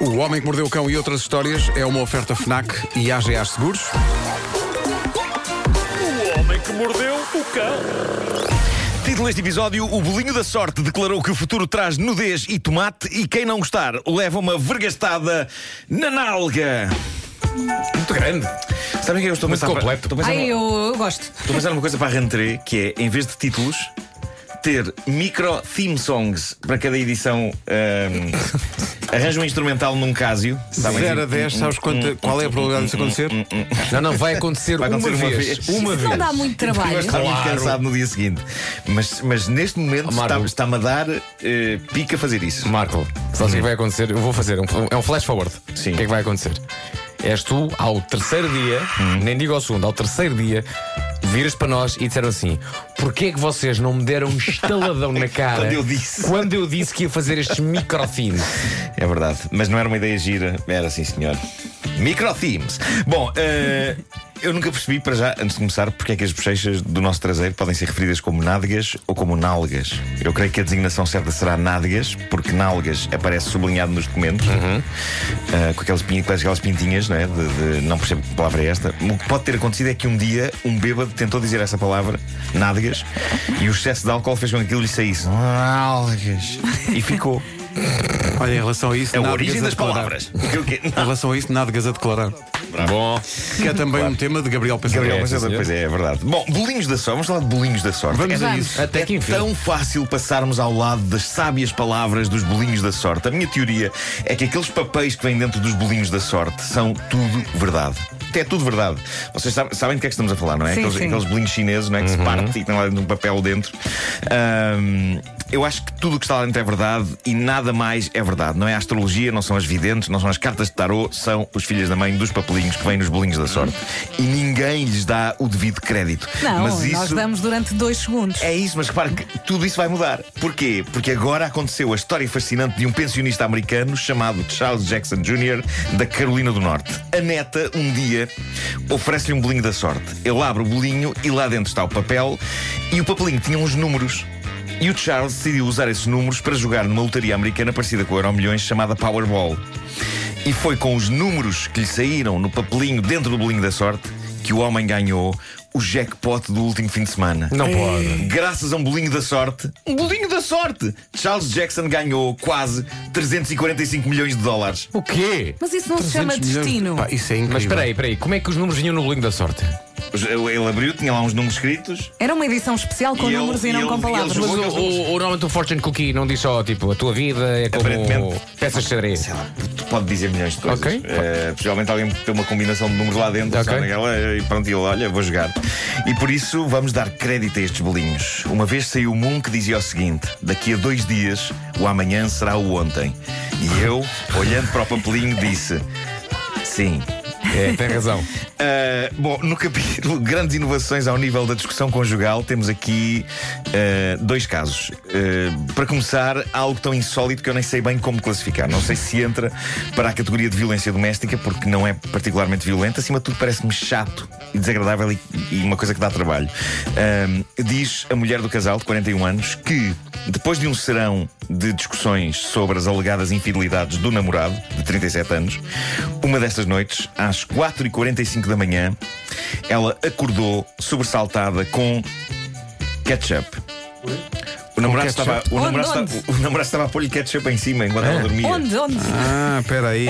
O Homem que Mordeu o Cão e outras histórias é uma oferta FNAC e AGA Seguros. O homem que mordeu o cão. Título deste episódio: O Bolinho da Sorte declarou que o futuro traz nudez e tomate, e quem não gostar leva uma vergastada na nalga. Muito grande. Sabem o que é que eu estou a pensar? completo. Para, estou, a pensar numa, Ai, eu, eu gosto. estou a pensar numa coisa para a rentrée, que é, em vez de títulos, ter micro theme songs para cada edição. ahm, arranja um instrumental num casio. sabem? 0 a 10, sabes quanto, qual é a probabilidade disso acontecer? Não, não, vai acontecer, Vai acontecer uma, uma vez. Um- vez. Uma Isso não vez. dá muito trabalho. Vais estar muito cansado no dia seguinte. Mas, mas neste momento Amargo. está- está-me a dar eh, pica fazer isso. Marco, sabes o que vai acontecer? Eu vou fazer, é um, é um flash forward. Sim. O que é que vai acontecer? És tu, ao terceiro dia, nem digo ao segundo, ao terceiro dia, viras para nós e disseram assim: porquê é que vocês não me deram um estaladão na cara Quando eu disse." quando eu disse que ia fazer estes microfilmes? É verdade, mas não era uma ideia gira, era sim, senhor. Micro themes. Bom, eh, eu nunca percebi para já, antes de começar, porque é que as bochechas do nosso traseiro podem ser referidas como nádegas ou como nalgas. Eu creio que a designação certa será nádegas, porque nalgas aparece sublinhado nos documentos, eh, com, aquelas, pin- com aquelas pintinhas, não é? De, de- não percebo que palavra é esta. O que pode ter acontecido é que um dia um bêbado tentou dizer essa palavra, nádegas, e o excesso de álcool fez com que aquilo lhe saísse. Nalgas. E ficou. Olha, em relação a isso, É a nádegas origem a das declarar. palavras. Eu que- é- Em relação a isso, nádegas a declarar. Bom, Que é também um tema de Gabriel Pensador. Gabriel, É, mas sim, é, senhor. pois é, é verdade. Bom, bolinhos da sorte, vamos falar de bolinhos da sorte. Vamos é a Vamos. isso. até que enfim. tão fácil passarmos ao lado das sábias palavras dos bolinhos da sorte. A minha teoria é que aqueles papéis que vêm dentro dos bolinhos da sorte são tudo verdade. É tudo verdade. Vocês sabem, sabem do que é que estamos a falar, não é? Sim, aqueles, sim. aqueles bolinhos chineses não é? que se parte e tem lá dentro um papel dentro. Ahm, eu acho que tudo o que está lá dentro é verdade e nada mais é verdade. Não é a astrologia, não são as videntes, não são as cartas de tarô, são os filhos da mãe dos papelinhos que vêm nos bolinhos da sorte. E ninguém lhes dá o devido crédito. Não, Mas nós isso damos durante dois segundos. é isso, mas repara que tudo isso vai mudar. Porquê? Porque agora aconteceu a história fascinante de um pensionista americano chamado Charles Jackson Jr., da Carolina do Norte. A neta, um dia, oferece-lhe um bolinho da sorte. Ele abre o bolinho e lá dentro está o papel, e o papelinho tinha uns números. E o Charles decidiu usar esses números para jogar numa lotaria americana parecida com o Euro Milhões chamada Powerball. E foi com os números que lhe saíram no papelinho dentro do bolinho da sorte que o homem ganhou o jackpot do último fim de semana. Não pode. Graças a um bolinho da sorte, um bolinho da sorte! Charles Jackson ganhou quase 345 milhões de dólares. O quê? Mas isso não se chama 300 milhões- destino. Pá, isso é incrível. Mas espera aí, espera aí, como é que os números vinham no bolinho da sorte? Ele abriu, tinha lá uns números escritos. Era uma edição especial com E ele- números e e não ele- com e palavras. ele Mas jogou- o, o, o nome do Fortune Cookie não diz só, tipo, a tua vida é como Aparentemente. peças de xadrez. Sei lá, tu pode dizer milhões de coisas. Ok. Eh, possivelmente alguém tem uma combinação de números lá dentro, Ok. sabe, naquela, e pronto, ele, olha, vou jogar. E por isso vamos dar crédito a estes bolinhos. Uma vez saiu um que dizia o seguinte: daqui a dois dias, o amanhã será o ontem. E eu, olhando para o papelinho, disse: sim. É, tem razão. Uh, bom, no capítulo Grandes Inovações ao nível da discussão conjugal, temos aqui uh, dois casos. Uh, para começar, algo tão insólito que eu nem sei bem como classificar. Não sei se entra para a categoria de violência doméstica, porque não é particularmente violenta. Acima de tudo, parece-me chato e desagradável e, e uma coisa que dá trabalho. Um, diz a mulher do casal, de 41 anos, que depois de um serão de discussões sobre as alegadas infidelidades do namorado, de 37 anos, uma destas noites, às 4h45 da manhã, ela acordou sobressaltada com ketchup. O namorado, ketchup? estava, o, Onde, namorado onde? estava- o namorado estava a pôr-lhe ketchup em cima enquanto ela dormia. Onde? Onde? Ah, espera aí.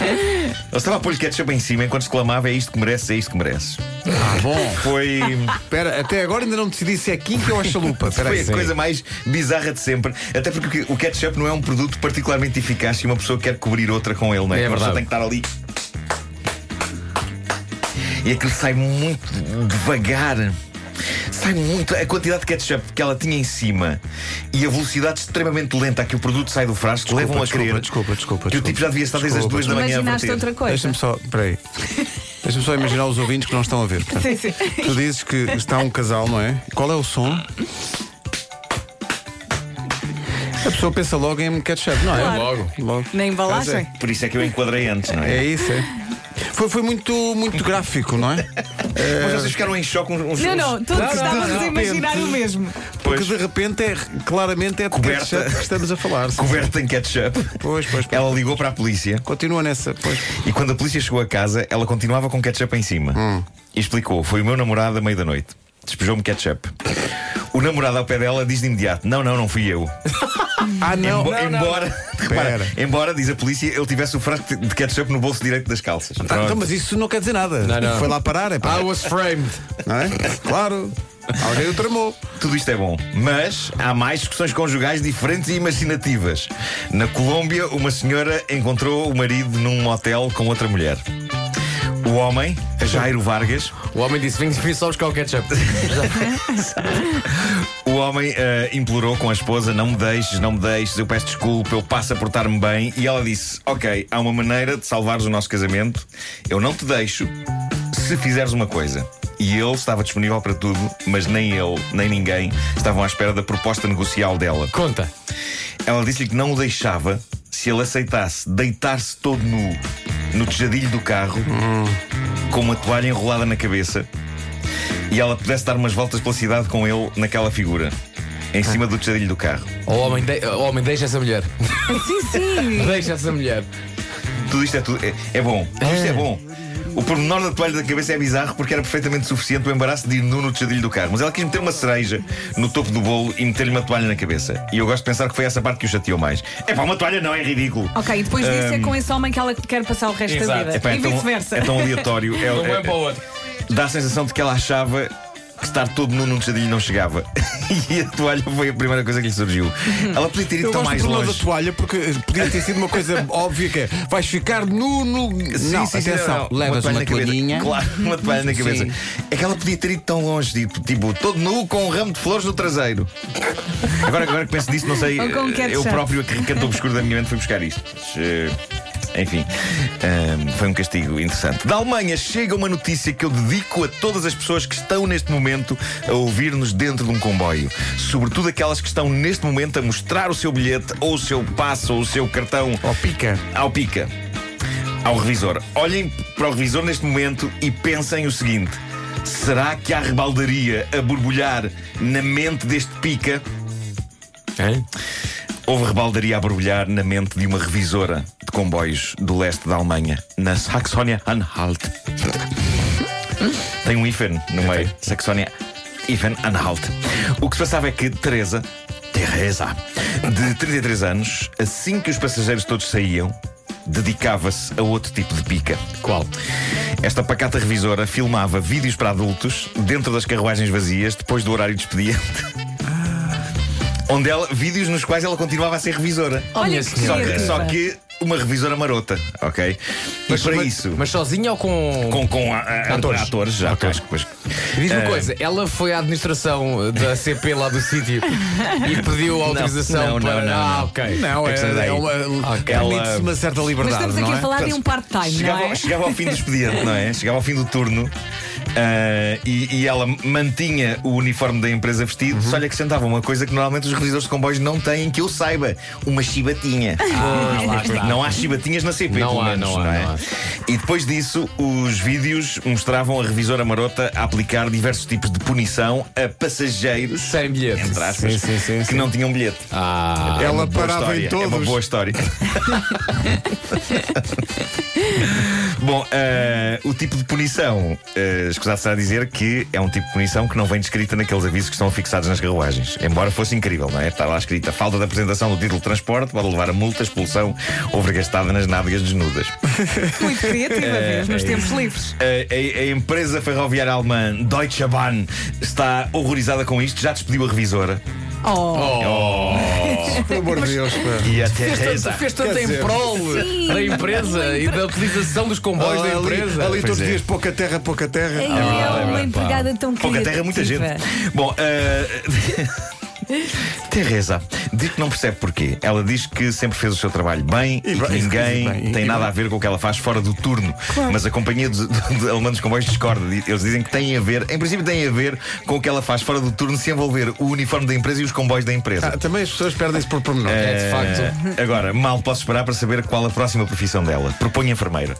Ele estava a pôr-lhe ketchup em cima enquanto exclamava: É isto que merece, é isto que merece. Ah, bom. Foi. Espera, até agora ainda não decidi se é quinta ou a chalupa. Espera Foi aí. a coisa mais bizarra de sempre. Até porque o ketchup não é um produto particularmente eficaz se uma pessoa quer cobrir outra com ele, não é? É Uma pessoa verdade. tem que estar ali. E aquilo sai muito devagar. Sai muito. A quantidade de ketchup que ela tinha em cima e a velocidade extremamente lenta a que o produto sai do frasco levam a desculpa, desculpa, crer desculpa, que o desculpa. tipo já devia estar desde as Desculpa, duas da manhã a Imaginaste verter. outra coisa. Deixa-me só, espera aí. Deixa-me só imaginar os ouvintes que não estão a ver. Portanto, Sim, sim. Tu dizes que está um casal, não é? Qual é o som? A pessoa pensa logo em ketchup, não é? Claro. Logo. Logo. Na embalagem? Por isso é que eu enquadrei antes, não é? É isso, é. Foi, foi muito, muito gráfico, não é? Mas vocês ficaram em choque uns, uns, Não, uns- não, todos não, estávamos não. a imaginar o mesmo. Porque Pois, de repente é claramente é de Coberta. É ketchup que estamos a falar. sim. coberta em ketchup. Pois, pois, pois. Ela ligou para a polícia Continua nessa. Pois. e quando a polícia chegou a casa, ela continuava com ketchup em cima. Hum. E explicou: foi o meu namorado à meia da noite. Despejou-me ketchup. O namorado ao pé dela diz de imediato: Não, não, não fui eu. Ah, não. Embo- embora, repara, Espera. embora, diz a polícia, ele tivesse o frasco de ketchup no bolso direito das calças. Ah, Pronto. então, mas isso não quer dizer nada. Não, não. Foi lá parar, é pá. Ah, I was framed. Não é? Claro. Alguém o tramou. Tudo isto é bom, mas há mais discussões conjugais diferentes e imaginativas. Na Colômbia, uma senhora encontrou o marido num motel com outra mulher. O homem, Jairo Vargas, O homem disse: Vim, vim só buscar o ketchup. o homem eh, implorou com a esposa: Não me deixes, não me deixes, eu peço desculpa, eu passo a portar-me bem. E ela disse: Ok, há uma maneira de salvares o nosso casamento, eu não te deixo se fizeres uma coisa. E ele estava disponível para tudo, mas nem ele, nem ninguém estavam à espera da proposta negocial dela. Conta. Ela disse-lhe que não o deixava se ele aceitasse deitar-se todo nu no tejadilho do carro, com uma toalha enrolada na cabeça, e ela pudesse dar umas voltas pela cidade com ele naquela figura, em cima do tejadilho do carro. O homem, de- o homem deixa essa mulher. Sim, sim. Deixa essa mulher. Tudo isto é, tudo, é, é bom. Tudo isto é É. bom. O pormenor da toalha da cabeça é bizarro porque era perfeitamente suficiente o embaraço de ir nu no tejadilho do carro. Mas ela quis meter uma cereja no topo do bolo e meter-lhe uma toalha na cabeça. E eu gosto de pensar que foi essa parte que o chateou mais. É pá, uma toalha não, é ridículo. Ok, e depois disso é com esse homem que ela quer passar o resto Exato. da vida. Epá, e é, tão, vice-versa. é tão aleatório. É- De um é- é para o outro. dá a sensação de que ela achava que estar todo nu num tejadilho não chegava. e a toalha foi a primeira coisa que lhe surgiu. Ela podia ter ido Eu tão gosto Então mais do problema da longe. toalha porque eh, podia ter sido uma coisa óbvia que é vais ficar nu no. não, atenção, não, não. levas uma, toalha na toalhinha. cabeça. Claro, uma toalha na cabeça. Sim. É que ela podia ter ido tão longe, tipo, tipo, todo nu com um ramo de flores no traseiro. Agora, agora que penso nisso, não sei. Ou com eh, eu ketchup. próprio, aquele canto obscuro da minha mente, fui buscar isto. Mas, eh, Enfim, ahm, foi um castigo interessante. Da Alemanha chega uma notícia que eu dedico a todas as pessoas que estão neste momento a ouvir-nos dentro de um comboio. Sobretudo aquelas que estão neste momento a mostrar o seu bilhete, ou o seu passo, ou o seu cartão Ó, pica. ao pica, ao revisor. Olhem para o revisor neste momento e pensem o seguinte: será que há rebaldaria a borbulhar na mente deste pica? Hein? Houve rebaldaria a borbulhar na mente de uma revisora de comboios do leste da Alemanha, na Saxónia-Anhalt. Tem um hífen no meio. Saxónia hífen Anhalt. O que se passava é que Teresa, Teresa, de 33 anos, assim que os passageiros todos saíam, dedicava-se a outro tipo de pica. Qual? Esta pacata revisora filmava vídeos para adultos dentro das carruagens vazias depois do horário de expediente. Ah. Onde ela, vídeos nos quais ela continuava a ser revisora. Olha Minha que Só senhora. que, criativa. só que uma revisora marota, ok? E para isso, Mas sozinha ou com. com, com a- a- Atores. atores, já, atores. pois. Diz-me uma coisa, ela foi à administração eh, da CP lá do sítio e pediu autorização não, não, para. não, ah, não. ok. Não, é, É que sai daí. é uma, Ok. permite-se Ela- uma certa Mas liberdade. estamos aqui não a é? falar de um part-time, não Chegava, é? chegava ao fim do expediente, não é? Chegava ao fim do turno ah, e, e ela mantinha o uniforme da empresa vestido, Uhum. só lhe acrescentava uma coisa que normalmente os revisores de comboios não têm, que eu saiba: uma chibatinha. Ah, lá está. Não há chibatinhas na CP, Não pelo há, menos, não há, é? não há. E depois disso, os vídeos mostravam a revisora marota a aplicar diversos tipos de punição a passageiros Sem bilhete. entre aspas, Sim, sim, sim, que sim. não tinham bilhete. Ah, É Ela uma boa parava em história, É uma todos. boa história. Bom, eh, o tipo de punição, eh, escusado será dizer que é um tipo de punição que não vem descrita naqueles avisos que estão fixados nas carruagens. Embora fosse incrível, não é? Está lá escrita: falta da apresentação do título de transporte pode levar a multa, expulsão ou vergastada nas nádegas desnudas. Eh, Muito criativa É, mesmo, nos tempos livres. A, a- a empresa ferroviária alemã Deutsche Bahn está horrorizada com isto, já despediu a revisora. Oh, Pelo amor de Deus, pá. E a Fez Teresa. tanto, fez tanto Quer em dizer- prol da empresa e da utilização dos comboios da ali, empresa. ali todos é. os dias pouca terra, pouca terra. Ei, é, uma empregada tão criativa. Pouca terra, é muita gente. Bom, eh, Teresa diz que não percebe porquê. Ela diz que sempre fez o seu trabalho bem e, bem, que ninguém e bem, tem e nada bem. a ver com o que ela faz fora do turno. Mas a companhia dos, de alemã dos comboios discorda. Eles dizem que tem a ver, em princípio, tem a ver com o que ela faz fora do turno se envolver o uniforme da empresa e os comboios da empresa. Ah, também as pessoas perdem-se por pormenor. É de facto. Eh, agora, mal posso esperar para saber qual a próxima profissão dela. Proponho enfermeira.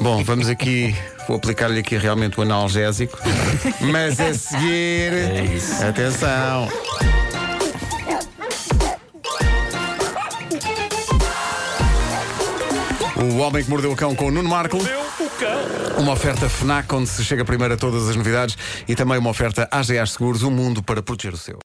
Bom, vamos aqui. Vou aplicar-lhe aqui realmente o analgésico. Mas a seguir. Atenção! O Homem que Mordeu o Cão com o Nuno Marco. Deu o cão. Uma oferta FNAC, onde se chega primeiro a todas as novidades. E também uma oferta AGA Seguros, o mundo para proteger o seu.